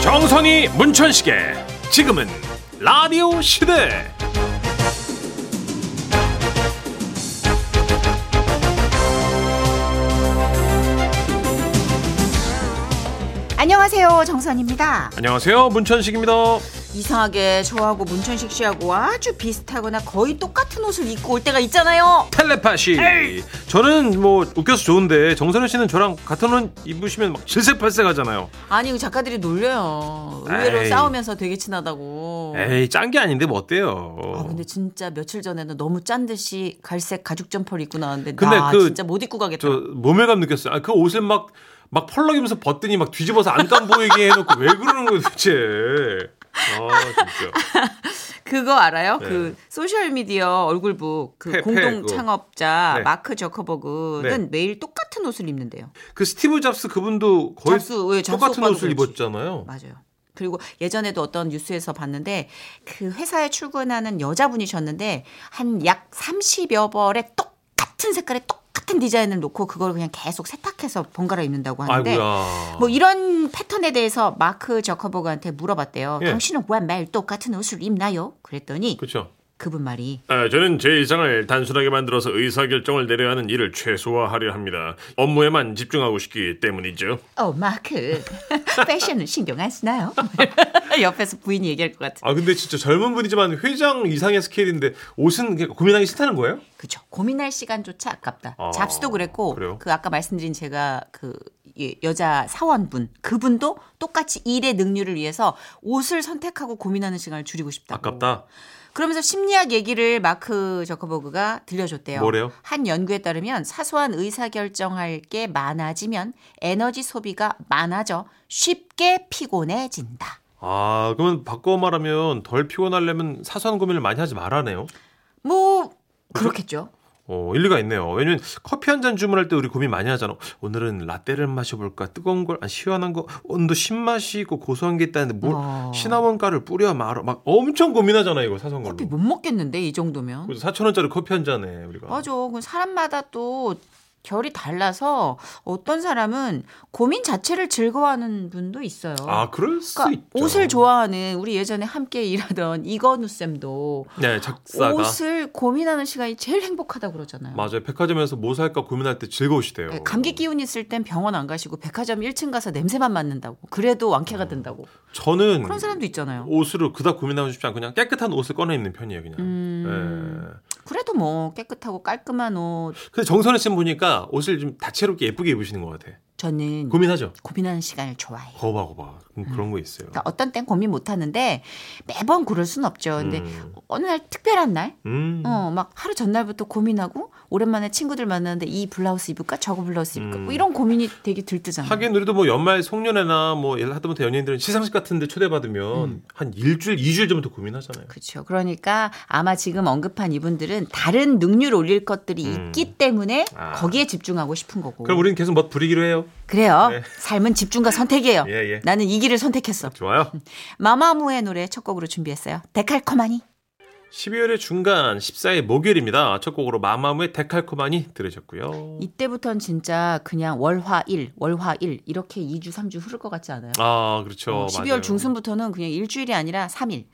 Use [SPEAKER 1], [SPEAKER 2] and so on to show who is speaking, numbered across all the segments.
[SPEAKER 1] 조선이 문천식의 지금은 라디오 시대
[SPEAKER 2] 안녕하세요 정선입니다.
[SPEAKER 1] 안녕하세요 문천식입니다
[SPEAKER 2] 이상하게 저하고 문천식 씨하고 아주 비슷하거나 거의 똑같은 옷을 입고 올 때가 있잖아요.
[SPEAKER 1] 텔레파시 저는 뭐 웃겨서 좋은데 정선우 씨는 저랑 같은 옷 입으시면 막 질색팔색 하잖아요
[SPEAKER 3] 아니 이 작가들이 놀려요. 의외로
[SPEAKER 1] 에이.
[SPEAKER 3] 싸우면서 되게 친하다고.
[SPEAKER 1] 에이 짠 게 아닌데 뭐 어때요
[SPEAKER 3] 아 근데 진짜 며칠 전에는 너무 짠 듯이 갈색 가죽 점퍼를 입고 나왔는데
[SPEAKER 1] 근데
[SPEAKER 3] 나
[SPEAKER 1] 그
[SPEAKER 3] 진짜 못 입고 가겠다.
[SPEAKER 1] 저 모멸감 느꼈어요 아, 그 옷을 막 막 펄럭이면서 벗더니 막 뒤집어서 안감 보이게 해놓고 왜 그러는 거예요 도대체 아 진짜
[SPEAKER 3] 그거 알아요?
[SPEAKER 1] 네.
[SPEAKER 3] 그 소셜 미디어 얼굴북 그
[SPEAKER 1] 페- 페
[SPEAKER 3] 공동
[SPEAKER 1] 그거.
[SPEAKER 3] 창업자
[SPEAKER 1] 네.
[SPEAKER 3] 마크 저커버그는 매일 똑같은 옷을 입는데요.
[SPEAKER 1] 그 스티브 잡스 그분도 거의
[SPEAKER 3] 잡스, 예, 잡스
[SPEAKER 1] 똑같은
[SPEAKER 3] 오빠도
[SPEAKER 1] 옷을
[SPEAKER 3] 그렇지.
[SPEAKER 1] 입었잖아요
[SPEAKER 3] 맞아요. 그리고 예전에도 어떤 뉴스에서 봤는데 그 회사에 출근하는 여자분이셨는데 한 약 30여 벌의 똑같은 색깔의 똑같은 디자인을 놓고 그걸 그냥 계속 세탁해서 번갈아 입는다고 하는데
[SPEAKER 1] 아이고야
[SPEAKER 3] 뭐 이런 패턴에 대해서 마크 저커버그한테 물어봤대요.
[SPEAKER 1] 예.
[SPEAKER 3] 당신은 왜 매일 똑같은 옷을 입나요? 그랬더니
[SPEAKER 1] 그렇죠
[SPEAKER 3] 그분 말이
[SPEAKER 1] 아, 저는 제 일상을 단순하게 만들어서 의사결정을 내려야 하는 일을 최소화하려 합니다. 업무에만 집중하고 싶기 때문이죠.
[SPEAKER 3] 어 마크 패션은 신경 안 쓰나요? 옆에서 부인이 얘기할 것 같은.
[SPEAKER 1] 아, 근데 진짜 젊은 분이지만 회장 이상의 스케일인데 옷은 그냥 고민하기 싫다는 거예요?
[SPEAKER 3] 그죠. 고민할 시간조차 아깝다.
[SPEAKER 1] 아,
[SPEAKER 3] 잡스도 그랬고
[SPEAKER 1] 그래요?
[SPEAKER 3] 그 아까 말씀드린 제가 그 예, 여자 사원분 그분도 똑같이 일의 능률을 위해서 옷을 선택하고 고민하는 시간을 줄이고 싶다.
[SPEAKER 1] 아깝다.
[SPEAKER 3] 그러면서 심리학 얘기를 마크 저커버그가 들려줬대요.
[SPEAKER 1] 뭐래요?
[SPEAKER 3] 한 연구에 따르면 사소한 의사결정할 게 많아지면 에너지 소비가 많아져 쉽게 피곤해진다.
[SPEAKER 1] 아, 그러면 바꿔 말하면 덜 피곤하려면 사소한 고민을 많이 하지 말아네요.
[SPEAKER 3] 뭐 그렇겠죠.
[SPEAKER 1] 어, 일리가 있네요. 왜냐면 커피 한 잔 주문할 때 우리 고민 많이 하잖아. 오늘은 라떼를 마셔볼까? 뜨거운 걸, 아니, 시원한 거, 온도 신맛이 있고 고소한 게 있다는데 뭘,
[SPEAKER 3] 어.
[SPEAKER 1] 시나몬가루를 뿌려 말아. 막 엄청 고민하잖아, 이거 사소한 걸로.
[SPEAKER 3] 커피 못 먹겠는데 이 정도면.
[SPEAKER 1] 그래서 4천 원짜리 커피 한 잔에 우리가
[SPEAKER 3] 맞아. 그 사람마다 또 결이 달라서 어떤 사람은 고민 자체를 즐거워하는 분도 있어요.
[SPEAKER 1] 아, 그럴 수
[SPEAKER 3] 그러니까
[SPEAKER 1] 있죠.
[SPEAKER 3] 옷을 좋아하는 우리 예전에 함께 일하던 이건우 쌤도
[SPEAKER 1] 네, 작사가
[SPEAKER 3] 옷을 고민하는 시간이 제일 행복하다 그러잖아요.
[SPEAKER 1] 맞아요. 백화점에서 뭐 살까 고민할 때 즐거우시대요.
[SPEAKER 3] 네, 감기 기운 있을 땐 병원 안 가시고 백화점 1층 가서 냄새만 맡는다고. 그래도 완쾌가
[SPEAKER 1] 어.
[SPEAKER 3] 된다고.
[SPEAKER 1] 저는
[SPEAKER 3] 그런 사람도 있잖아요.
[SPEAKER 1] 옷으로 그닥 고민하고 싶지 않고 그냥 깨끗한 옷을 꺼내 입는 편이에요, 그냥.
[SPEAKER 3] 음.
[SPEAKER 1] 예.
[SPEAKER 3] 그래도 뭐 깨끗하고 깔끔한 옷
[SPEAKER 1] 근데 정선혜 씨는 보니까 옷을 좀 다채롭게 예쁘게 입으시는 것 같아.
[SPEAKER 3] 저는
[SPEAKER 1] 고민하죠.
[SPEAKER 3] 고민하는 시간을 좋아해요.
[SPEAKER 1] 거봐, 거봐. 음, 그런 거 있어요.
[SPEAKER 3] 그러니까 어떤 땐 고민 못 하는데 매번 그럴 순 없죠. 근데
[SPEAKER 1] 음.
[SPEAKER 3] 어느 날 특별한 날,
[SPEAKER 1] 음.
[SPEAKER 3] 어, 막 하루 전날부터 고민하고 오랜만에 친구들 만났는데 이 블라우스 입을까 저거 블라우스 입을까
[SPEAKER 1] 음.
[SPEAKER 3] 뭐 이런 고민이 되게 들뜨잖아요.
[SPEAKER 1] 하긴 우리도 뭐 연말 송년회나 뭐 예를 하다못해 연예인들은 시상식 같은 데 초대받으면
[SPEAKER 3] 음.
[SPEAKER 1] 한 일주일, 이주일 전부터 고민하잖아요.
[SPEAKER 3] 그렇죠. 그러니까 아마 지금 언급한 이분들은 다른 능률 올릴 것들이
[SPEAKER 1] 음.
[SPEAKER 3] 있기 때문에
[SPEAKER 1] 아.
[SPEAKER 3] 거기에 집중하고 싶은 거고.
[SPEAKER 1] 그럼 우리는 계속 멋 부리기로 해요.
[SPEAKER 3] 그래요.
[SPEAKER 1] 네.
[SPEAKER 3] 삶은 집중과 선택이에요.
[SPEAKER 1] 예, 예.
[SPEAKER 3] 나는 이 길을 선택했어.
[SPEAKER 1] 좋아요.
[SPEAKER 3] 마마무의 노래 첫 곡으로 준비했어요. 데칼코마니.
[SPEAKER 1] 12월의 중간 14일 목요일입니다. 첫 곡으로 마마무의 데칼코마니 들으셨고요.
[SPEAKER 3] 이때부터는 진짜 그냥 월화 일, 월화 일 이렇게 2주, 3주 흐를 것 같지 않아요?
[SPEAKER 1] 아 그렇죠.
[SPEAKER 3] 어, 12월
[SPEAKER 1] 맞아요.
[SPEAKER 3] 중순부터는 그냥 일주일이 아니라 3일.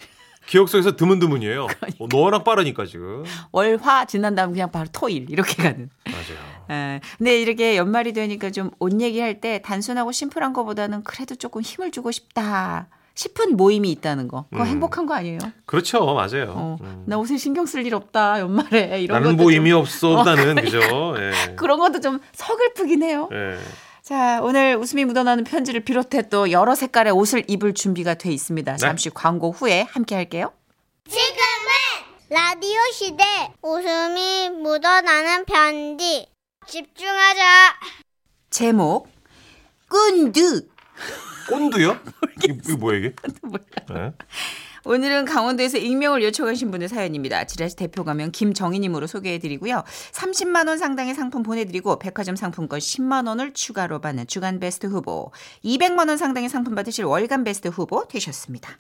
[SPEAKER 1] 기억 속에서 드문드문이에요.
[SPEAKER 3] 그러니까.
[SPEAKER 1] 어, 너랑 빠르니까 지금.
[SPEAKER 3] 월, 화 지난 다음 그냥 바로 토일 이렇게 가는.
[SPEAKER 1] 맞아요.
[SPEAKER 3] 에, 근데 이렇게 연말이 되니까 좀 옷 얘기할 때 단순하고 심플한 거보다는 그래도 조금 힘을 주고 싶다 싶은 모임이 있다는 거. 그거
[SPEAKER 1] 음.
[SPEAKER 3] 행복한 거 아니에요?
[SPEAKER 1] 그렇죠, 맞아요.
[SPEAKER 3] 어,
[SPEAKER 1] 음.
[SPEAKER 3] 나 옷에 신경 쓸 일 없다 연말에 이런
[SPEAKER 1] 나는
[SPEAKER 3] 것도
[SPEAKER 1] 뭐
[SPEAKER 3] 좀-
[SPEAKER 1] 의미 없어, 나는 그죠. 예.
[SPEAKER 3] 그런 것도 좀 서글프긴 해요.
[SPEAKER 1] 예.
[SPEAKER 3] 자, 오늘 웃음이 묻어나는 편지를 비롯해 또 여러 색깔의 옷을 입을 준비가 돼 있습니다. 잠시 광고 후에 함께 할게요.
[SPEAKER 4] 라디오 시대 웃음이 묻어나는 편지 집중하자
[SPEAKER 3] 제목 꾼득
[SPEAKER 1] 꼰두요? 이게, 이게 뭐야 이게? 예.
[SPEAKER 3] 오늘은 강원도에서 익명을 요청하신 분의 사연입니다. 지라시 대표 가면 김정희님으로 소개해드리고요. 30만 원 상당의 상품 보내드리고 백화점 상품권 10만 원을 추가로 받는 주간 베스트 후보, 200만 원 상당의 상품 받으실 월간 베스트 후보 되셨습니다.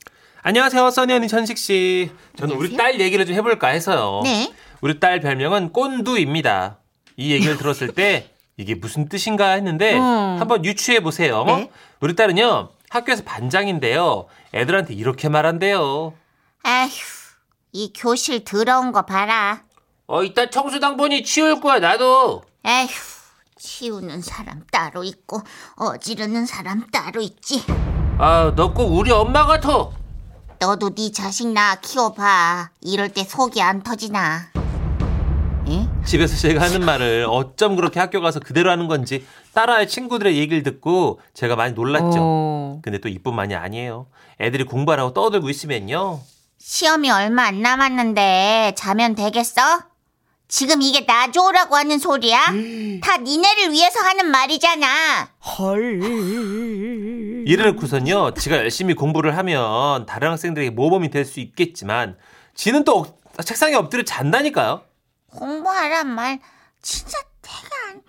[SPEAKER 1] 안녕하세요, 써니 언니 천식 씨. 저는 우리
[SPEAKER 3] 안녕하세요.
[SPEAKER 1] 딸 얘기를 좀 해볼까 해서요.
[SPEAKER 3] 네.
[SPEAKER 1] 우리 딸 별명은 꼰두입니다. 이 얘기를 들었을 때 이게 무슨 뜻인가 했는데
[SPEAKER 3] 음.
[SPEAKER 1] 한번 유추해 보세요.
[SPEAKER 3] 네.
[SPEAKER 1] 우리 딸은요 학교에서 반장인데요. 애들한테 이렇게 말한대요.
[SPEAKER 5] 에휴, 이 교실 더러운 거 봐라.
[SPEAKER 6] 어, 이따 청소당 보니 치울 거야, 나도.
[SPEAKER 5] 에휴, 치우는 사람 따로 있고 어지르는 사람 따로 있지.
[SPEAKER 6] 아, 너 꼭 우리 엄마 같아.
[SPEAKER 5] 너도 네 자식 낳아 키워봐. 이럴 때 속이 안 터지나. 에?
[SPEAKER 1] 집에서 제가 하는 말을 어쩜 그렇게 학교 가서 그대로 하는 건지 딸아이 친구들의 얘기를 듣고 제가 많이 놀랐죠.
[SPEAKER 3] 어.
[SPEAKER 1] 근데 또 이뿐만이 아니에요. 애들이 공부하라고 떠들고 있으면요.
[SPEAKER 5] 시험이 얼마 안 남았는데 자면 되겠어? 지금 이게 놔줘라고 하는 소리야? 다 니네를 위해서 하는 말이잖아.
[SPEAKER 1] 이래놓고선요. 지가 열심히 공부를 하면 다른 학생들에게 모범이 될 수 있겠지만 지는 또 억- 책상에 엎드려 잔다니까요.
[SPEAKER 5] 공부하란 말 진짜 되게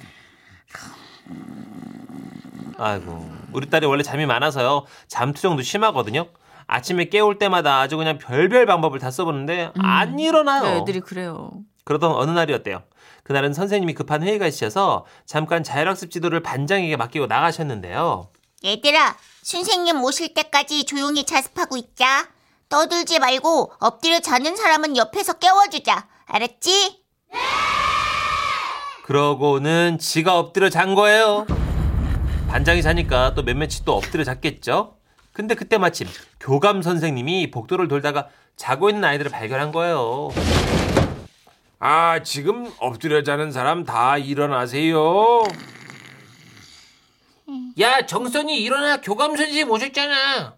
[SPEAKER 5] 안
[SPEAKER 1] 아이고 우리 딸이 원래 잠이 많아서요 잠투정도 심하거든요 아침에 깨울 때마다 아주 그냥 별별 방법을 다 써보는데 안 일어나요
[SPEAKER 3] 음. 네, 애들이 그래요.
[SPEAKER 1] 그러던 어느 날이었대요 그날은 선생님이 급한 회의가 있으셔서 잠깐 자율학습 지도를 반장에게 맡기고 나가셨는데요
[SPEAKER 5] 얘들아, 선생님 오실 때까지 조용히 자습하고 있자. 떠들지 말고 엎드려 자는 사람은 옆에서 깨워주자. 알았지?
[SPEAKER 1] 그러고는 지가 엎드려 잔 거예요 반장이 자니까 또 몇몇이 또 엎드려 잤겠죠 근데 그때 마침 교감 선생님이 복도를 돌다가 자고 있는 아이들을 발견한 거예요
[SPEAKER 6] 아, 지금 엎드려 자는 사람 다 일어나세요. 야, 정선이 일어나. 교감 선생님 오셨잖아.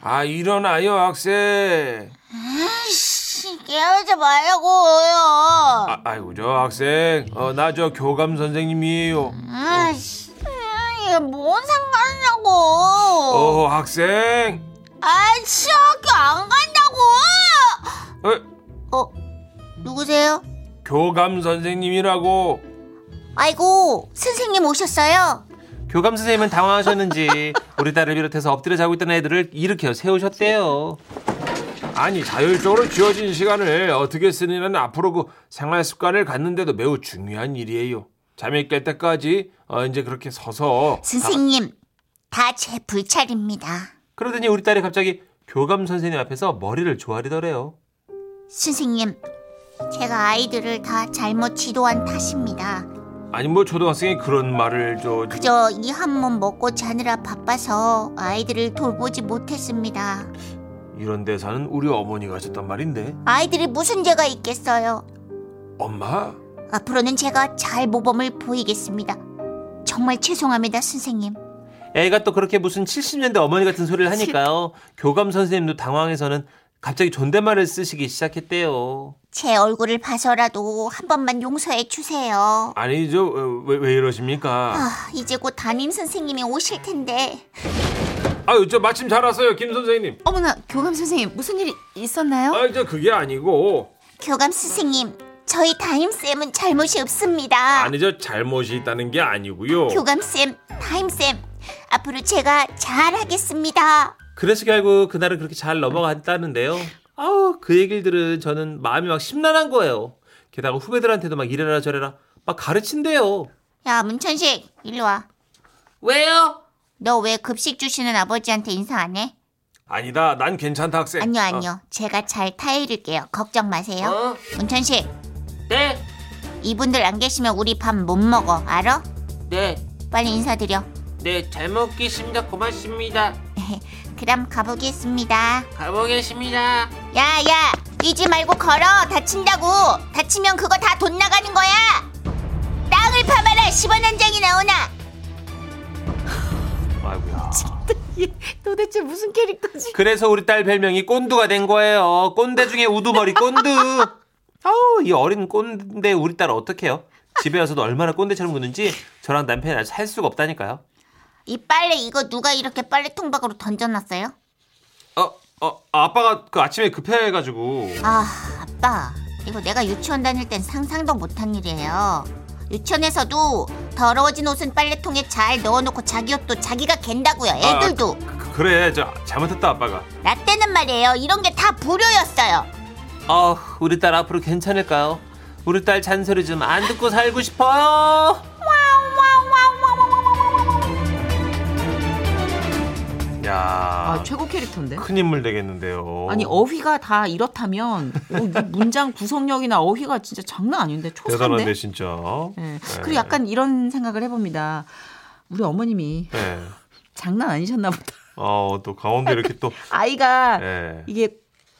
[SPEAKER 6] 아, 일어나요, 학생.
[SPEAKER 5] 깨우지 말라고요.
[SPEAKER 6] 아, 아이고, 저 학생. 어, 나 저 교감 선생님이에요.
[SPEAKER 5] 아이씨, 음, 이게 뭔 상관이냐고.
[SPEAKER 6] 어, 학생.
[SPEAKER 5] 아, 치아 학교 안 간다고.
[SPEAKER 6] 어,
[SPEAKER 5] 어, 누구세요?
[SPEAKER 6] 교감 선생님이라고.
[SPEAKER 5] 아이고, 선생님 오셨어요.
[SPEAKER 1] 교감 선생님은 당황하셨는지 우리 딸을 비롯해서 엎드려 자고 있던 애들을 일으켜 세우셨대요.
[SPEAKER 6] 아니 자율적으로 주어진 시간을 어떻게 쓰느냐는 앞으로 그 생활 습관을 갖는데도 매우 중요한 일이에요. 잠이 깰 때까지 어, 이제 그렇게 서서
[SPEAKER 5] 선생님, 다 제 불찰입니다.
[SPEAKER 1] 그러더니 우리 딸이 갑자기 교감 선생님 앞에서 머리를 조아리더래요.
[SPEAKER 5] 선생님, 제가 아이들을 다 잘못 지도한 탓입니다.
[SPEAKER 6] 아니 뭐 초등학생이 그런 말을 저
[SPEAKER 5] 그저 이 한 몸 먹고 자느라 바빠서 아이들을 돌보지 못했습니다.
[SPEAKER 6] 이런 대사는 우리 어머니가 하셨단 말인데
[SPEAKER 5] 아이들이 무슨 죄가 있겠어요?
[SPEAKER 6] 엄마
[SPEAKER 5] 앞으로는 제가 잘 모범을 보이겠습니다. 정말 죄송합니다, 선생님.
[SPEAKER 1] 애가 또 그렇게 무슨 70년대 어머니 같은 소리를 하니까요. 교감 선생님도 당황해서는 갑자기 존댓말을 쓰시기 시작했대요.
[SPEAKER 5] 제 얼굴을 봐서라도 한 번만 용서해 주세요.
[SPEAKER 6] 아니 저 왜 왜 이러십니까?
[SPEAKER 5] 아, 이제 곧 담임 선생님이 오실 텐데.
[SPEAKER 6] 아유 저 마침 잘 왔어요 김 선생님.
[SPEAKER 3] 어머나 교감 선생님 무슨 일이
[SPEAKER 5] 어?
[SPEAKER 3] 있었나요?
[SPEAKER 6] 아유 저 그게 아니고
[SPEAKER 5] 교감 선생님, 저희 담임쌤은 잘못이 없습니다.
[SPEAKER 6] 아니 저 잘못이 있다는 게
[SPEAKER 1] 어.
[SPEAKER 6] 아니고요.
[SPEAKER 5] 교감쌤, 타임쌤, 앞으로 제가 잘하겠습니다.
[SPEAKER 1] 그래서 결국 그날은 그렇게 잘 넘어갔다는데요. 아우 그 얘기를 들은 저는 마음이 막 심란한 거예요. 게다가 후배들한테도 막 이래라 저래라 막 가르친대요.
[SPEAKER 5] 야, 문천식, 일로 와.
[SPEAKER 6] 왜요?
[SPEAKER 5] 너 왜 급식 주시는 아버지한테 인사 안 해?
[SPEAKER 6] 아니다 난
[SPEAKER 1] 네,
[SPEAKER 6] 괜찮다 학생.
[SPEAKER 1] 어.
[SPEAKER 5] 아니요, 아니요. 제가 잘 타이를게요. 걱정 마세요.
[SPEAKER 6] 어?
[SPEAKER 5] 문천식,
[SPEAKER 6] 네.
[SPEAKER 5] 이분들 안 계시면 우리 밥 못 먹어. 알아?
[SPEAKER 6] 네,
[SPEAKER 5] 빨리 인사드려.
[SPEAKER 6] 네, 잘 먹겠습니다. 고맙습니다.
[SPEAKER 5] 그럼 가보겠습니다.
[SPEAKER 6] 가보겠습니다.
[SPEAKER 5] 야, 야, 뛰지 말고 걸어. 다친다고. 다치면 그거 다 돈 나가는 거야. 땅을 파봐라. 10원 한 장이 나오나.
[SPEAKER 1] 아이고야.
[SPEAKER 3] 도대체 무슨 캐릭터지?
[SPEAKER 1] 그래서 우리 딸 별명이 꼰두가 된 거예요. 꼰대 중에 우두머리 꼰두. 아우 이 어린 꼰대 우리 딸 어떡해요? 집에 와서도 얼마나 꼰대처럼 구는지 저랑 남편이 아직 살 수가 없다니까요.
[SPEAKER 5] 이 빨래 이거 누가 이렇게 빨래 통박으로 던져놨어요?
[SPEAKER 1] 어, 어, 아빠가 그 아침에 급해가지고.
[SPEAKER 5] 아, 아빠. 이거 내가 유치원 다닐 땐 상상도 못한 일이에요. 유치원에서도 더러워진 옷은 빨래통에 잘 넣어놓고 자기 옷도 자기가 갠다고요. 애들도.
[SPEAKER 1] 그, 그래, 저 잘못했다 아빠가.
[SPEAKER 5] 나 때는 말이에요. 이런 게 다 불효였어요.
[SPEAKER 1] 어, 우리 딸 앞으로 괜찮을까요? 우리 딸 잔소리 좀 안 듣고 살고 싶어요. 야,
[SPEAKER 3] 아, 최고 캐릭터인데.
[SPEAKER 1] 큰 인물 되겠는데요.
[SPEAKER 3] 아니 어휘가 다 이렇다면 어, 이 문장 구성력이나 어휘가 진짜 장난 아닌데 초사인데.
[SPEAKER 1] 대단한데 진짜.
[SPEAKER 3] 예.
[SPEAKER 1] 네.
[SPEAKER 3] 그리고 약간 이런 생각을 해봅니다. 우리 어머님이
[SPEAKER 1] 네.
[SPEAKER 3] 장난 아니셨나 보다.
[SPEAKER 1] 어, 또 강원도 이렇게 또
[SPEAKER 3] 아이가
[SPEAKER 1] 예.
[SPEAKER 3] 이게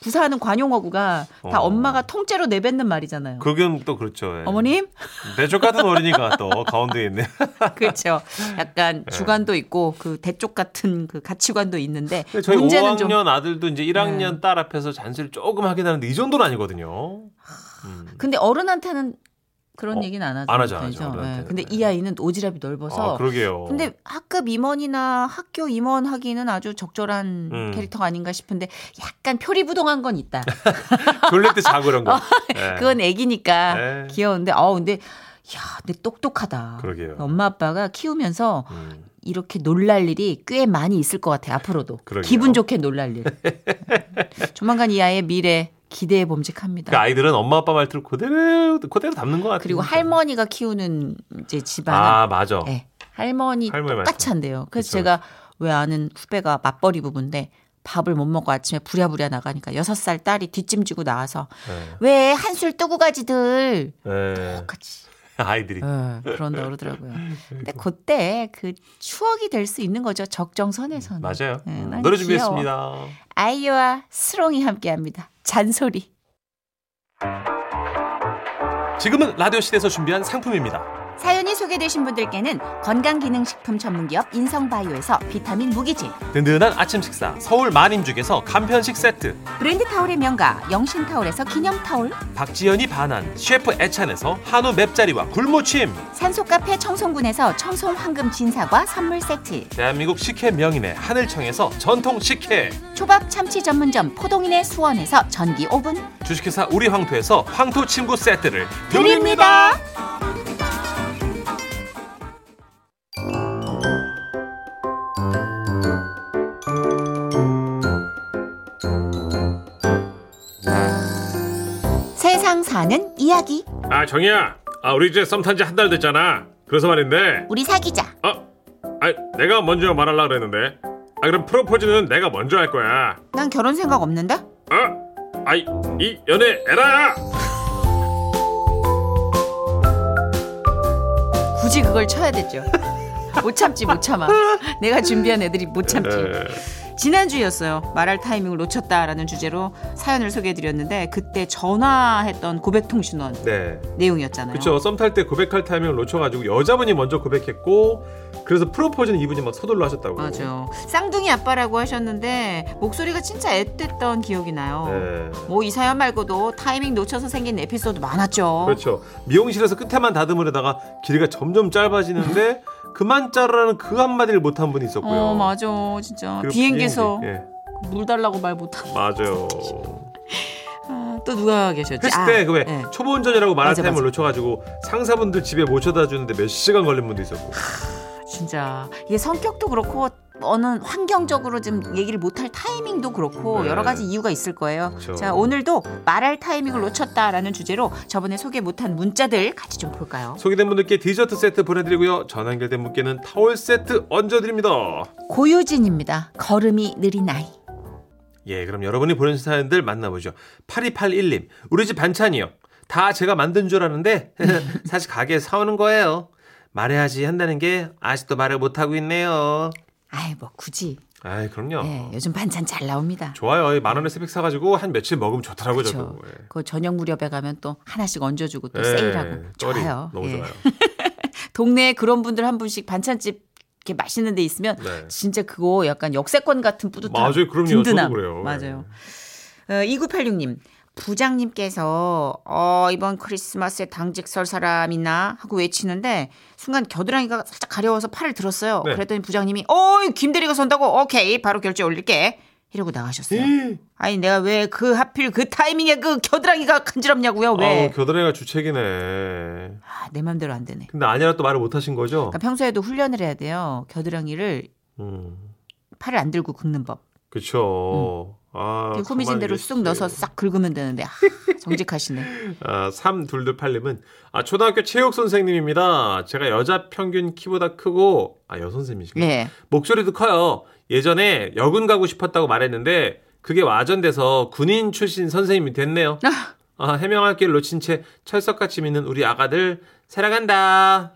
[SPEAKER 3] 구사하는 관용어구가 다
[SPEAKER 1] 어.
[SPEAKER 3] 엄마가 통째로 내뱉는 말이잖아요.
[SPEAKER 1] 그건 또 그렇죠. 예.
[SPEAKER 3] 어머님?
[SPEAKER 1] 내쪽 같은 어린이가 또 강원도에 있네.
[SPEAKER 3] 그렇죠. 약간
[SPEAKER 1] 네.
[SPEAKER 3] 주관도 있고 그 대쪽 같은 그 가치관도 있는데
[SPEAKER 1] 근데 저희
[SPEAKER 3] 문제는
[SPEAKER 1] 5학년
[SPEAKER 3] 좀 네.
[SPEAKER 1] 아들도 이제 1학년 딸 앞에서 잔소리를 조금 하긴 하는데 이 정도는 아니거든요. 음.
[SPEAKER 3] 근데 어른한테는 그런
[SPEAKER 1] 어,
[SPEAKER 3] 얘기는 안 하죠.
[SPEAKER 1] 안 하죠, 안
[SPEAKER 3] 그죠?
[SPEAKER 1] 하죠, 어른한테는.
[SPEAKER 3] 예. 근데
[SPEAKER 1] 네.
[SPEAKER 3] 이 아이는 오지랖이 넓어서
[SPEAKER 1] 아, 그러게요.
[SPEAKER 3] 근데 학급 임원이나 학교 임원 하기는 아주 적절한
[SPEAKER 1] 음.
[SPEAKER 3] 캐릭터가 아닌가 싶은데 약간 표리부동한 건 있다.
[SPEAKER 1] 졸릴 때 자고 이런 거. 예.
[SPEAKER 3] 아, 그건 애기니까
[SPEAKER 1] 네.
[SPEAKER 3] 귀여운데 어 근데 야, 근데 똑똑하다.
[SPEAKER 1] 그러게요.
[SPEAKER 3] 엄마 아빠가 키우면서
[SPEAKER 1] 음.
[SPEAKER 3] 이렇게 놀랄 일이 꽤 많이 있을 것 같아 요 앞으로도.
[SPEAKER 1] 그러게요.
[SPEAKER 3] 기분 좋게 놀랄 일. 조만간 이 아이의 미래 기대에 범직합니다.
[SPEAKER 1] 그 아이들은 엄마 아빠 말 들고 그대로 그대로 담는 것 같아요.
[SPEAKER 3] 그리고 할머니가 키우는 이제 집안은
[SPEAKER 1] 아 맞아.
[SPEAKER 3] 예, 할머니
[SPEAKER 1] 할머니
[SPEAKER 3] 똑같이 한대요. 그래서
[SPEAKER 1] 그쵸,
[SPEAKER 3] 제가 왜 아는 후배가 맞벌이 부부인데 밥을 못 먹고 아침에 부랴부랴 나가니까 여섯 살 딸이 뒷짐지고 나와서
[SPEAKER 1] 예.
[SPEAKER 3] 왜 한술 뜨고 가지들
[SPEAKER 1] 예.
[SPEAKER 3] 같이
[SPEAKER 1] 아이들이
[SPEAKER 3] 예, 그런다 그러더라고요. 근데 그때 그 추억이 될 수 있는 거죠. 적정선에서는.
[SPEAKER 1] 맞아요.
[SPEAKER 3] 예,
[SPEAKER 1] 음,
[SPEAKER 3] 난
[SPEAKER 1] 노래
[SPEAKER 3] 귀여워.
[SPEAKER 1] 준비했습니다.
[SPEAKER 3] 아이유와 스롱이 함께합니다. 잔소리.
[SPEAKER 1] 지금은 라디오 시대에서 준비한 상품입니다.
[SPEAKER 3] 사연이 소개되신 분들께는 건강기능식품 전문기업 인성바이오에서 비타민 무기질,
[SPEAKER 1] 든든한 아침 식사 서울 만인죽에서 간편식 세트
[SPEAKER 3] 브랜드 타올의 명가 영신타올에서 기념타올,
[SPEAKER 1] 박지현이 반한 셰프 애찬에서 한우 맵자리와 굴무침
[SPEAKER 3] 산소카페 청송군에서 청송 황금 진사과 선물 세트,
[SPEAKER 1] 대한민국 식혜 명인의 하늘청에서 전통 식혜
[SPEAKER 3] 초밥 참치 전문점 포동인의 수원에서 전기 오븐
[SPEAKER 1] 주식회사 우리 황토에서 황토 침구 세트를 드립니다.
[SPEAKER 3] 세상 사는 이야기.
[SPEAKER 6] 아 정희야, 아 우리 이제 썸 탄 지 한 달 됐잖아. 그래서 말인데,
[SPEAKER 5] 우리 사귀자.
[SPEAKER 6] 아, 아 내가 먼저 말하려 그랬는데, 아 그럼 프로포즈는 내가 먼저 할 거야.
[SPEAKER 3] 난 결혼 생각 없는데?
[SPEAKER 6] 어? 아이 이 연애 에라야.
[SPEAKER 3] 굳이 그걸 쳐야 되죠. 못 참지 못 참아. 내가 준비한 애들이 못 참지.
[SPEAKER 6] 네.
[SPEAKER 1] 네.
[SPEAKER 3] 지난주였어요. 말할 타이밍을 놓쳤다라는 주제로 사연을 소개해드렸는데 그때 전화했던 고백통신원
[SPEAKER 1] 네.
[SPEAKER 3] 내용이었잖아요.
[SPEAKER 1] 그렇죠. 썸 탈 때 고백할 타이밍을 놓쳐가지고 여자분이 먼저 고백했고 그래서 프로포즈는 이분이 막 서둘러 하셨다고.
[SPEAKER 3] 맞아요. 쌍둥이 아빠라고 하셨는데 목소리가 진짜 애틋던 기억이 나요.
[SPEAKER 1] 네.
[SPEAKER 3] 뭐 이 사연 말고도 타이밍 놓쳐서 생긴 에피소드 많았죠.
[SPEAKER 1] 그렇죠. 미용실에서 끝에만 다듬으려다가 길이가 점점 짧아지는데 그만 자르라는 그 한마디를 못한 분이 있었고요.
[SPEAKER 3] 어 맞아 진짜
[SPEAKER 1] 그리고
[SPEAKER 3] 비행기에서
[SPEAKER 1] 비행기. 예,
[SPEAKER 3] 물 달라고 말 못하고
[SPEAKER 1] 맞아요.
[SPEAKER 3] 아, 또 누가 계셨지?
[SPEAKER 1] 회식
[SPEAKER 3] 아,
[SPEAKER 1] 때그 왜
[SPEAKER 3] 예.
[SPEAKER 1] 초보운전이라고 말할
[SPEAKER 3] 맞아,
[SPEAKER 1] 타이밍을
[SPEAKER 3] 맞아.
[SPEAKER 1] 놓쳐가지고 상사분들 집에 못 쳐다 주는데 몇 시간 걸린 분도 있었고.
[SPEAKER 3] 진짜 이게 성격도 그렇고 어는 환경적으로 좀 얘기를 못할 타이밍도 그렇고
[SPEAKER 1] 네.
[SPEAKER 3] 여러 가지 이유가 있을 거예요.
[SPEAKER 1] 그렇죠.
[SPEAKER 3] 자 오늘도 말할 타이밍을 놓쳤다라는 주제로 저번에 소개 못한 문자들 같이 좀 볼까요?
[SPEAKER 1] 소개된 분들께 디저트 세트 보내드리고요. 전화 연결된 분께는 타월 세트 얹어드립니다.
[SPEAKER 3] 고유진입니다. 걸음이 느린 아이.
[SPEAKER 1] 예, 그럼 여러분이 보내신 사연들 만나보죠. 8281님, 우리 집 반찬이요. 다 제가 만든 줄 아는데, 사실 가게에서 사오는 거예요. 말해야지 한다는 게 아직도 말을 못하고 있네요.
[SPEAKER 3] 아이 뭐 굳이
[SPEAKER 1] 아이, 그럼요.
[SPEAKER 3] 예, 요즘 반찬 잘 나옵니다.
[SPEAKER 1] 좋아요. 이만 원에 스펙 사가지고 한 며칠 먹으면 좋더라고요, 저도.
[SPEAKER 3] 그쵸.
[SPEAKER 1] 예.
[SPEAKER 3] 그 저녁 무렵에 가면 또 하나씩 얹어주고 또
[SPEAKER 1] 예,
[SPEAKER 3] 세일하고
[SPEAKER 1] 쩌리.
[SPEAKER 3] 좋아요.
[SPEAKER 1] 너무
[SPEAKER 3] 예.
[SPEAKER 1] 좋아요.
[SPEAKER 3] 동네에 그런 분들 한 분씩 반찬집 이렇게 맛있는 데 있으면
[SPEAKER 1] 네.
[SPEAKER 3] 진짜 그거 약간 역세권 같은 뿌듯함.
[SPEAKER 1] 맞아요. 그럼요. 저도
[SPEAKER 3] 든든함.
[SPEAKER 1] 그래요. 예.
[SPEAKER 3] 맞아요. 어, 2986님. 부장님께서 어, 이번 크리스마스에 당직 설 사람 있나 하고 외치는데 순간 겨드랑이가 살짝 가려워서 팔을 들었어요.
[SPEAKER 1] 네.
[SPEAKER 3] 그랬더니 부장님이 어이 김대리가 선다고 오케이 바로 결제 올릴게 이러고 나가셨어요.
[SPEAKER 1] 예.
[SPEAKER 3] 아니 내가 왜 그 하필 그 타이밍에 그 겨드랑이가 간지럽냐고요 왜?
[SPEAKER 1] 아우, 그 겨드랑이가 주책이네.
[SPEAKER 3] 아, 내 맘대로 안 되네.
[SPEAKER 1] 근데 아니라 또 말을 못하신 거죠?
[SPEAKER 3] 그러니까 평소에도 훈련을 해야 돼요. 겨드랑이를
[SPEAKER 1] 음,
[SPEAKER 3] 팔을 안 들고 긁는 법.
[SPEAKER 1] 그쵸.
[SPEAKER 6] 아,
[SPEAKER 3] 호미진대로 음. 쑥 넣어서 싹 긁으면 되는데 아, 정직하시네.
[SPEAKER 6] 아, 3228님은 아, 초등학교 체육 선생님입니다. 제가 여자 평균 키보다 크고 아, 여선생님이시군요.
[SPEAKER 3] 예.
[SPEAKER 6] 목소리도 커요. 예전에 여군 가고 싶었다고 말했는데 그게 와전돼서 군인 출신 선생님이 됐네요. 아, 해명할 길 놓친 채 철석같이 믿는 우리 아가들 사랑한다.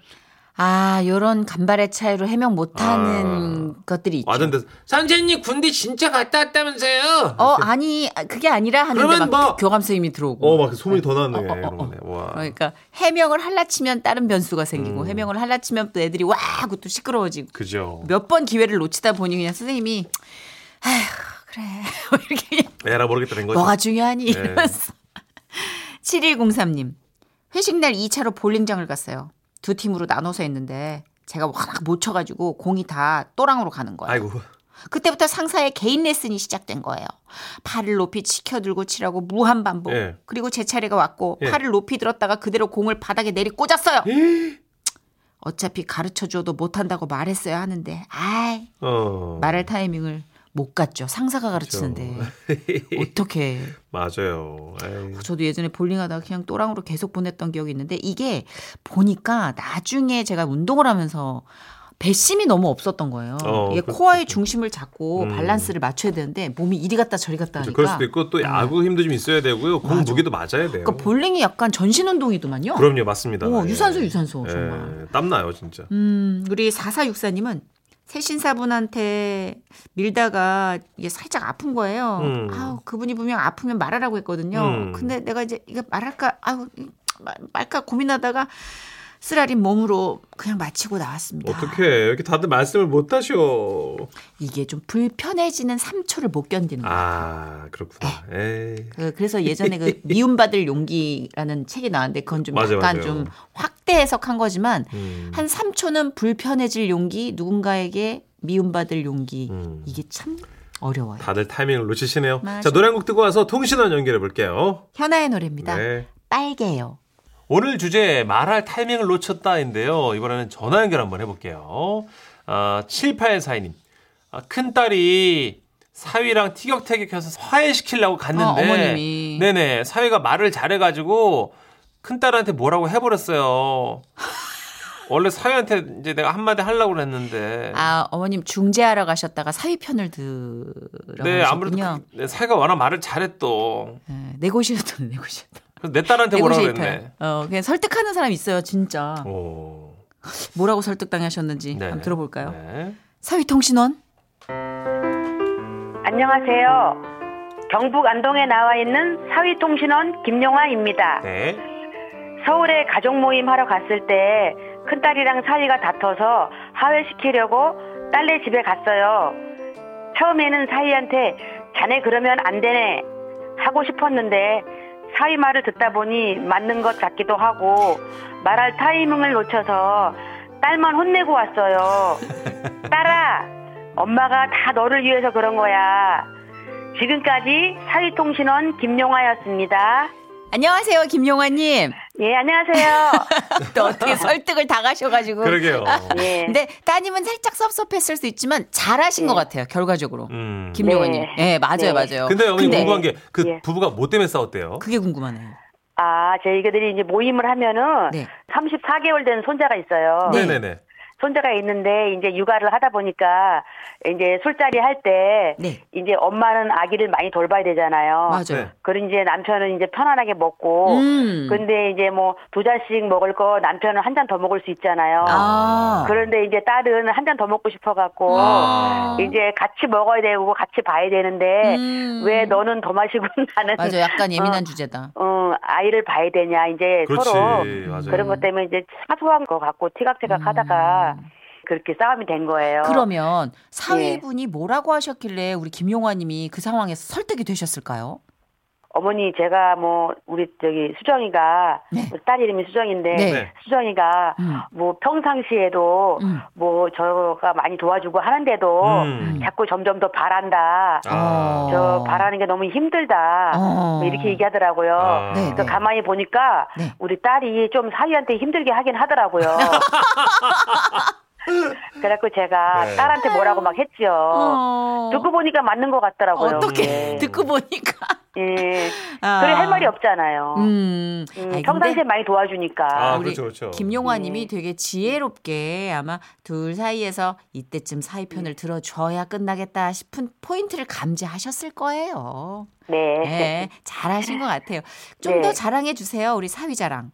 [SPEAKER 3] 아, 요런 간발의 차이로 해명 못하는 것들이 있죠.
[SPEAKER 6] 와전돼서 선생님 군대 진짜 갔다 왔다면서요?
[SPEAKER 3] 어, 아니, 아, 그게 아니라 하는데 막
[SPEAKER 6] 그러면 뭐-
[SPEAKER 3] 교감 선생님이 들어오고.
[SPEAKER 6] 어, 막 소문이 더 나네. 이러네. 와.
[SPEAKER 3] 그러니까 해명을 할라 치면 다른 변수가 생기고 해명을 할라 치면 또 애들이 와 하고 또 시끄러워지고
[SPEAKER 6] 그죠.
[SPEAKER 3] 몇 번 기회를 놓치다 보니 그냥 선생님이 아휴 그래 뭐 이렇게 그냥
[SPEAKER 6] 에라 모르겠다는 거죠.
[SPEAKER 3] 뭐가 중요하니
[SPEAKER 6] 네.
[SPEAKER 3] 이러면서 7103님 회식 날 2차로 볼링장을 갔어요 두 팀으로 나눠서 했는데 제가 워낙 못 쳐가지고 공이 다 또랑으로 가는 거예요
[SPEAKER 6] 아이고.
[SPEAKER 3] 그때부터 상사의 개인 레슨이 시작된 거예요. 팔을 높이 치켜들고 치라고 무한 반복.
[SPEAKER 6] 예.
[SPEAKER 3] 그리고 제 차례가 왔고
[SPEAKER 6] 예.
[SPEAKER 3] 팔을 높이 들었다가 그대로 공을 바닥에 내리 꽂았어요. 어차피 가르쳐 줘도 못한다고 말했어야 하는데 아이
[SPEAKER 6] 어.
[SPEAKER 3] 말할 타이밍을 못 갔죠. 상사가 가르치는데
[SPEAKER 6] 그렇죠.
[SPEAKER 3] 어떻게?
[SPEAKER 6] 맞아요. 에이.
[SPEAKER 3] 저도 예전에 볼링하다가 그냥 또랑으로 계속 보냈던 기억이 있는데 이게 보니까 나중에 제가 운동을 하면서 배심이 너무 없었던 거예요.
[SPEAKER 6] 어,
[SPEAKER 3] 이게
[SPEAKER 6] 그-
[SPEAKER 3] 코어의 중심을 잡고
[SPEAKER 6] 음. 그렇죠.
[SPEAKER 3] 밸런스를 맞춰야 되는데 몸이 이리 갔다 저리 갔다 하니까. 네.
[SPEAKER 6] 그럴 수도 있고 또 야구 힘도 좀 있어야 되고요. 공 무게도 맞아요. 맞아야 돼요.
[SPEAKER 3] 그러니까 볼링이 약간 전신 운동이더만요.
[SPEAKER 6] 그럼요, 맞습니다.
[SPEAKER 3] 어,
[SPEAKER 6] 예.
[SPEAKER 3] 유산소 유산소 정말.
[SPEAKER 6] 예, 땀 나요, 진짜.
[SPEAKER 3] 음, 우리 4464님은 새신사분한테 밀다가 이게 살짝 아픈 거예요.
[SPEAKER 6] 음.
[SPEAKER 3] 아우, 그분이 분명 아프면 말하라고 했거든요.
[SPEAKER 6] 음.
[SPEAKER 3] 근데 내가 이제 이거 말할까, 아우, 이, 말- 말까 고민하다가 쓰라린 몸으로 그냥 마치고 나왔습니다.
[SPEAKER 6] 어떻게 이렇게 다들 말씀을 못 하셔?
[SPEAKER 3] 이게 좀 불편해지는 3초를 못 견디는 거예요.
[SPEAKER 6] 아, 그렇구나. 에이.
[SPEAKER 3] 그- 그래서 예전에 그 미움받을 용기라는 책이 나왔는데 그건 좀
[SPEAKER 6] 맞아요,
[SPEAKER 3] 약간
[SPEAKER 6] 맞아요.
[SPEAKER 3] 좀 확대 해석한 거지만
[SPEAKER 6] 음.
[SPEAKER 3] 한 3초는 불편해질 용기, 누군가에게 미움받을 용기.
[SPEAKER 6] 음.
[SPEAKER 3] 이게 참 어려워요.
[SPEAKER 6] 다들 타이밍을 놓치시네요.
[SPEAKER 3] 맞아.
[SPEAKER 6] 자, 노래 한 곡 듣고 와서 통신원 연결해 볼게요.
[SPEAKER 3] 현아의 노래입니다.
[SPEAKER 6] 네.
[SPEAKER 3] 빨개요.
[SPEAKER 1] 오늘 주제 말할 타이밍을 놓쳤다인데요. 이번에는 전화 연결 한번 해볼게요. 아, 7842님. 아, 큰딸이 사위랑 티격태격해서 화해시키려고 갔는데.
[SPEAKER 3] 어, 어머님이.
[SPEAKER 1] 네네. 사위가 말을 잘해가지고 큰딸한테 뭐라고 해버렸어요. 원래 사위한테 이제 내가 한마디 하려고 그랬는데.
[SPEAKER 3] 아 어머님 중재하러 가셨다가 사위 편을 들어
[SPEAKER 1] 네, 아무래도
[SPEAKER 3] 가셨군요.
[SPEAKER 1] 그- 네, 사위가 워낙 말을 잘했또.
[SPEAKER 3] 네, 네고시에이터는 네고시에이터.
[SPEAKER 1] 그래서 내 딸한테 뭐라고 그랬네.
[SPEAKER 3] 네고시에이터요. 어 그냥 설득하는 사람 있어요 진짜.
[SPEAKER 6] 오.
[SPEAKER 3] 뭐라고 설득당하셨는지 네, 한번 들어볼까요?
[SPEAKER 1] 네.
[SPEAKER 3] 사위 통신원.
[SPEAKER 7] 안녕하세요. 경북 안동에 나와 있는 사위통신원 김용아입니다.
[SPEAKER 1] 네.
[SPEAKER 7] 서울에 가족 모임 하러 갔을 때 큰딸이랑 사위가 다퉈서 하회시키려고 딸네 집에 갔어요. 처음에는 사위한테 자네 그러면 안 되네 하고 싶었는데 사위 말을 듣다 보니 맞는 것 같기도 하고 말할 타이밍을 놓쳐서 딸만 혼내고 왔어요. 딸아, 엄마가 다 너를 위해서 그런 거야. 지금까지 사위통신원 김용아였습니다.
[SPEAKER 3] 안녕하세요 김용환님.
[SPEAKER 7] 예, 안녕하세요.
[SPEAKER 3] 또 어떻게 설득을 당하셔가지고.
[SPEAKER 6] 그러게요.
[SPEAKER 7] 예.
[SPEAKER 3] 근데 따님은 살짝 섭섭했을 수 있지만 잘하신 것 같아요 결과적으로.
[SPEAKER 1] 음.
[SPEAKER 3] 김용환님.
[SPEAKER 7] 네.
[SPEAKER 3] 네 맞아요
[SPEAKER 7] 네.
[SPEAKER 3] 맞아요.
[SPEAKER 1] 근데 어머니
[SPEAKER 7] 근데-
[SPEAKER 1] 궁금한 게 그
[SPEAKER 7] 예.
[SPEAKER 1] 부부가 뭐 때문에 싸웠대요?
[SPEAKER 3] 그게 궁금하네요.
[SPEAKER 7] 아, 저희들이 이제 모임을 하면은
[SPEAKER 3] 네.
[SPEAKER 7] 34개월 된 손자가 있어요.
[SPEAKER 3] 네.
[SPEAKER 1] 네네네.
[SPEAKER 7] 손자가 있는데 이제 육아를 하다 보니까 이제 술자리 할 때
[SPEAKER 3] 네.
[SPEAKER 7] 이제 엄마는 아기를 많이 돌봐야 되잖아요.
[SPEAKER 1] 네.
[SPEAKER 3] 맞아요.
[SPEAKER 7] 그런 이제 남편은 이제 편안하게 먹고
[SPEAKER 3] 음.
[SPEAKER 7] 어. 근데 이제 뭐 두 잔씩 먹을 거 남편은 한 잔 더 먹을 수 있잖아요.
[SPEAKER 3] 아.
[SPEAKER 7] 어. 그런데 이제 딸은 한 잔 더 먹고 싶어 갖고
[SPEAKER 3] 아.
[SPEAKER 7] 이제 같이 먹어야 되고 같이 봐야 되는데
[SPEAKER 3] 음.
[SPEAKER 7] 왜 너는 더 마시고 나는
[SPEAKER 3] 맞아 약간 예민한 주제다.
[SPEAKER 7] 어, 아이를 봐야 되냐, 이제
[SPEAKER 6] 그렇지.
[SPEAKER 7] 서로
[SPEAKER 3] 네.
[SPEAKER 6] 맞아요.
[SPEAKER 7] 그런 것 때문에 이제 사소한 거 갖고 티각태각 하다가 어. 그렇게 싸움이 된 거예요.
[SPEAKER 3] 음. 그러면 사위분이
[SPEAKER 7] 예.
[SPEAKER 3] 뭐라고 하셨길래 우리 김용화님이 그 상황에서 설득이 되셨을까요?
[SPEAKER 7] 어머니, 제가 뭐, 우리 저기 수정이가,
[SPEAKER 3] 네.
[SPEAKER 7] 우리 딸 이름이 수정인데,
[SPEAKER 3] 네.
[SPEAKER 7] 수정이가
[SPEAKER 3] 음.
[SPEAKER 7] 뭐 평상시에도
[SPEAKER 3] 음.
[SPEAKER 7] 뭐 저가 많이 도와주고 하는데도
[SPEAKER 6] 음.
[SPEAKER 7] 자꾸 점점 더 바란다.
[SPEAKER 6] 아.
[SPEAKER 7] 저 바라는 게 너무 힘들다.
[SPEAKER 3] 어.
[SPEAKER 7] 뭐 이렇게 얘기하더라고요.
[SPEAKER 6] 아.
[SPEAKER 3] 네,
[SPEAKER 7] 그래서 가만히 보니까
[SPEAKER 3] 네.
[SPEAKER 7] 우리 딸이 좀 사위한테 힘들게 하긴 하더라고요. 그래갖고 제가
[SPEAKER 6] 네.
[SPEAKER 7] 딸한테 뭐라고 막 했지요.
[SPEAKER 3] 어.
[SPEAKER 7] 듣고 보니까 맞는 것 같더라고요.
[SPEAKER 3] 어떻게
[SPEAKER 7] 예.
[SPEAKER 3] 듣고 보니까.
[SPEAKER 7] 예.
[SPEAKER 3] 아.
[SPEAKER 7] 그래 할 말이 없잖아요.
[SPEAKER 3] 음.
[SPEAKER 7] 음,
[SPEAKER 3] 아니, 근데
[SPEAKER 7] 평상시에 음. 많이 도와주니까.
[SPEAKER 6] 아,
[SPEAKER 3] 우리
[SPEAKER 6] 그렇죠, 그렇죠.
[SPEAKER 3] 김용화님이 되게 지혜롭게 아마 둘 사이에서 이때쯤 사이편을 들어줘야 끝나겠다 싶은 포인트를 감지하셨을 거예요.
[SPEAKER 7] 네.
[SPEAKER 3] 네, 잘하신 것 같아요. 좀 더
[SPEAKER 7] 네.
[SPEAKER 3] 자랑해 주세요, 우리 사위 자랑.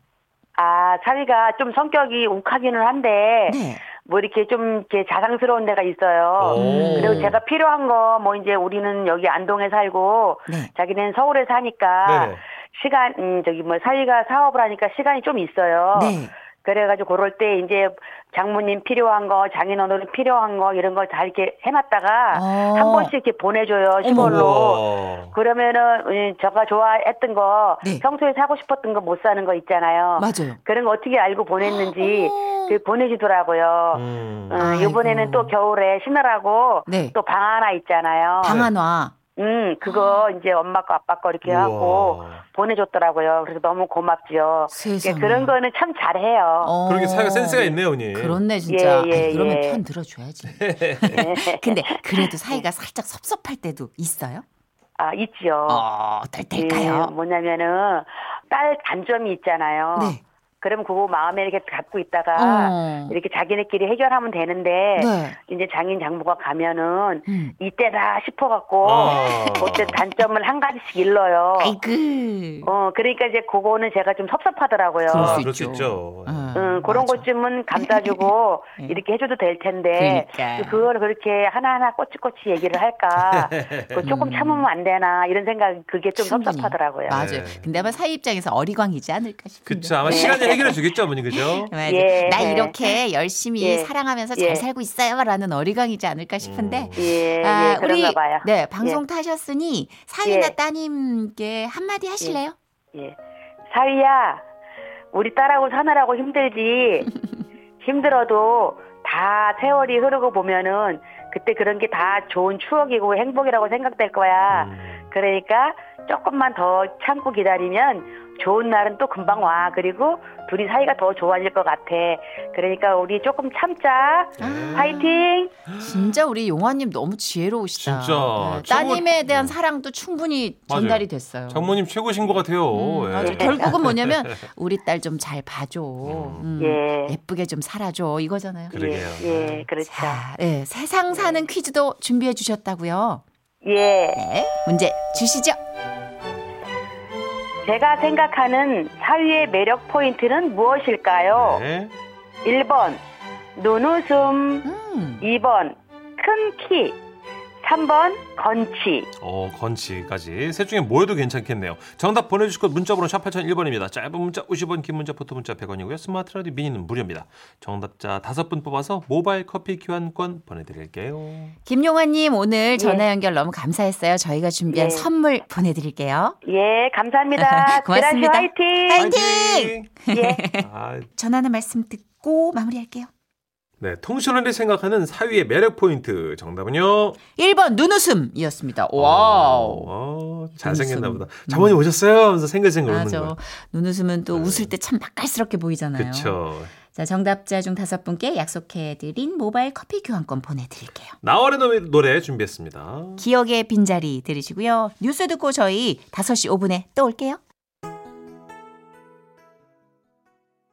[SPEAKER 7] 아, 사위가 좀 성격이 욱하기는 한데,
[SPEAKER 3] 네.
[SPEAKER 7] 뭐 이렇게 좀 이렇게 자상스러운 데가 있어요.
[SPEAKER 6] 오.
[SPEAKER 7] 그리고 제가 필요한 거, 뭐 이제 우리는 여기 안동에 살고,
[SPEAKER 3] 네.
[SPEAKER 7] 자기는 서울에 사니까,
[SPEAKER 6] 네네.
[SPEAKER 7] 시간, 음, 저기 뭐 사위가 사업을 하니까 시간이 좀 있어요.
[SPEAKER 3] 네.
[SPEAKER 7] 그래가지고 그럴 때 이제 장모님 필요한 거, 장인어른 필요한 거, 이런 거 다 이렇게 해놨다가,
[SPEAKER 3] 어.
[SPEAKER 7] 아, 한 번씩 이렇게 보내줘요, 시골로.
[SPEAKER 6] 우와.
[SPEAKER 7] 그러면은, 음, 제가 좋아했던 거,
[SPEAKER 3] 네.
[SPEAKER 7] 평소에 사고 싶었던 거 못 사는 거 있잖아요.
[SPEAKER 3] 맞아요.
[SPEAKER 7] 그런 거 어떻게 알고 보냈는지 그 보내주더라고요.
[SPEAKER 6] 음.
[SPEAKER 7] 어, 이번에는
[SPEAKER 3] 아이고.
[SPEAKER 7] 또 겨울에 신으라고
[SPEAKER 3] 네.
[SPEAKER 7] 또 방 하나 있잖아요.
[SPEAKER 3] 방한화. 아.
[SPEAKER 7] 음, 그거 이제 엄마 거 아빠 거 이렇게
[SPEAKER 6] 우와.
[SPEAKER 7] 하고 보내줬더라고요. 그래서 너무 고맙지요.
[SPEAKER 3] 세상에.
[SPEAKER 7] 그러니까 그런 거는 참 잘해요.
[SPEAKER 3] 어.
[SPEAKER 6] 그러게 사위가 센스가 있네요, 언니.
[SPEAKER 3] 그렇네 진짜.
[SPEAKER 7] 예, 예,
[SPEAKER 3] 아니, 그러면
[SPEAKER 7] 예. 네.
[SPEAKER 3] 편 들어줘야지.
[SPEAKER 6] 네.
[SPEAKER 3] 근데 그래도 사이가 살짝 섭섭할 때도 있어요?
[SPEAKER 7] 아, 있지요.
[SPEAKER 3] 어,
[SPEAKER 7] 예,
[SPEAKER 3] 어떨까요?
[SPEAKER 7] 뭐냐면은 딸 단점이 있잖아요.
[SPEAKER 3] 네.
[SPEAKER 7] 그러면 그거 마음에 이렇게 갖고 있다가
[SPEAKER 3] 어.
[SPEAKER 7] 이렇게 자기네끼리 해결하면 되는데
[SPEAKER 3] 네.
[SPEAKER 7] 이제 장인 장모가 가면은
[SPEAKER 3] 음.
[SPEAKER 7] 이때다 싶어갖고
[SPEAKER 6] 아.
[SPEAKER 7] 어째 단점을 한 가지씩 일러요.
[SPEAKER 3] 아이고.
[SPEAKER 7] 어 그러니까 이제 그거는 제가 좀 섭섭하더라고요.
[SPEAKER 3] 그럴
[SPEAKER 6] 아,
[SPEAKER 3] 수
[SPEAKER 6] 그럴 수
[SPEAKER 3] 있죠.
[SPEAKER 6] 있죠.
[SPEAKER 3] 어,
[SPEAKER 7] 응, 음, 그런
[SPEAKER 3] 맞아.
[SPEAKER 7] 것쯤은 감싸주고
[SPEAKER 3] 예.
[SPEAKER 7] 이렇게 해줘도 될 텐데
[SPEAKER 3] 그러니까.
[SPEAKER 7] 그걸 그렇게 하나하나 꼬치꼬치 얘기를 할까 그거 조금 참으면 안 되나 이런 생각 그게 좀
[SPEAKER 3] 음. 충분히.
[SPEAKER 7] 섭섭하더라고요.
[SPEAKER 3] 맞아요.
[SPEAKER 6] 네.
[SPEAKER 3] 근데 아마 사이 입장에서 어리광이지 않을까 싶은데.
[SPEAKER 6] 그쵸.
[SPEAKER 7] 네.
[SPEAKER 6] 아마 시간이 해결해 주겠죠, 어머니, 그죠?
[SPEAKER 3] 맞아.
[SPEAKER 7] 예.
[SPEAKER 3] 나 이렇게 열심히
[SPEAKER 7] 예.
[SPEAKER 3] 사랑하면서 잘
[SPEAKER 7] 예.
[SPEAKER 3] 살고 있어요라는 어리광이지 않을까 싶은데.
[SPEAKER 7] 예,
[SPEAKER 3] 아,
[SPEAKER 7] 예 그런가
[SPEAKER 3] 우리
[SPEAKER 7] 봐요.
[SPEAKER 3] 네 방송 타셨으니 사위나 따님께 한마디 하실래요?
[SPEAKER 7] 예. 사위야, 우리 딸하고 사느라고 힘들지. 힘들어도 다 세월이 흐르고 보면은 그때 그런 게 다 좋은 추억이고 행복이라고 생각될 거야.
[SPEAKER 3] 음.
[SPEAKER 6] 음.
[SPEAKER 7] 그러니까 조금만 더 참고 기다리면 좋은 날은 또 금방 와. 그리고 둘이 사이가 더 좋아질 것 같아. 그러니까 우리 조금 참자.
[SPEAKER 6] 음.
[SPEAKER 7] 아. 파이팅!
[SPEAKER 3] 진짜 우리 용화님 너무 지혜로우시다.
[SPEAKER 6] 진짜.
[SPEAKER 3] 네,
[SPEAKER 6] 정말-
[SPEAKER 3] 따님에 대한 사랑도 충분히
[SPEAKER 6] 맞아요.
[SPEAKER 3] 전달이 됐어요.
[SPEAKER 6] 장모님 최고신 것 같아요.
[SPEAKER 3] 음,
[SPEAKER 6] 예.
[SPEAKER 3] 맞아. 결국은 뭐냐면 우리 딸 좀 잘 봐줘. 음,
[SPEAKER 7] 예.
[SPEAKER 3] 예쁘게 좀 살아줘 이거잖아요.
[SPEAKER 6] 그러게요.
[SPEAKER 7] 예, 예, 그렇죠.
[SPEAKER 3] 자, 예, 세상 사는 퀴즈도 준비해 주셨다고요.
[SPEAKER 7] 예.
[SPEAKER 3] 네, 문제 주시죠.
[SPEAKER 7] 제가 생각하는 사위의 매력 포인트는 무엇일까요?
[SPEAKER 6] 네.
[SPEAKER 7] 1번 눈웃음
[SPEAKER 3] 음,
[SPEAKER 7] 2번 큰 키 3번 건치
[SPEAKER 6] 어, 건치까지. 셋 중에 뭐여도 괜찮겠네요. 정답 보내주실 곳 문자번호 샵 8001번입니다. 짧은 문자 50원, 긴 문자, 포토 문자 100원이고요. 스마트 라디오 미니는 무료입니다. 정답자 5분 뽑아서 모바일 커피 교환권 보내드릴게요.
[SPEAKER 3] 김용환님
[SPEAKER 6] 네.
[SPEAKER 3] 오늘 전화 연결 너무 감사했어요. 저희가 준비한
[SPEAKER 7] 예.
[SPEAKER 3] 선물 보내드릴게요.
[SPEAKER 7] 예 감사합니다
[SPEAKER 3] 고맙습니다.
[SPEAKER 7] 드라쇼 화이팅
[SPEAKER 6] 파이팅!
[SPEAKER 7] 예.
[SPEAKER 6] 아,
[SPEAKER 3] 전하는 말씀 듣고 마무리할게요.
[SPEAKER 6] 네, 통신원들이 생각하는 사위의 매력 포인트 정답은요.
[SPEAKER 3] 1번 눈웃음이었습니다. 와우.
[SPEAKER 6] 어, 잘생겼나
[SPEAKER 3] 눈웃음.
[SPEAKER 6] 보다. 장모님 오셨어요? 하면서 생글생글 웃는
[SPEAKER 3] 맞아.
[SPEAKER 6] 거.
[SPEAKER 3] 눈웃음은 또 웃을 때 참 맛깔스럽게 보이잖아요.
[SPEAKER 6] 그쵸.
[SPEAKER 3] 자, 정답자 중 다섯 분께 약속해드린 모바일 커피 교환권 보내드릴게요.
[SPEAKER 6] 나월의 노- 노래 준비했습니다.
[SPEAKER 3] 기억의 빈자리 들으시고요. 뉴스 듣고 저희 5시 5분에 또 올게요.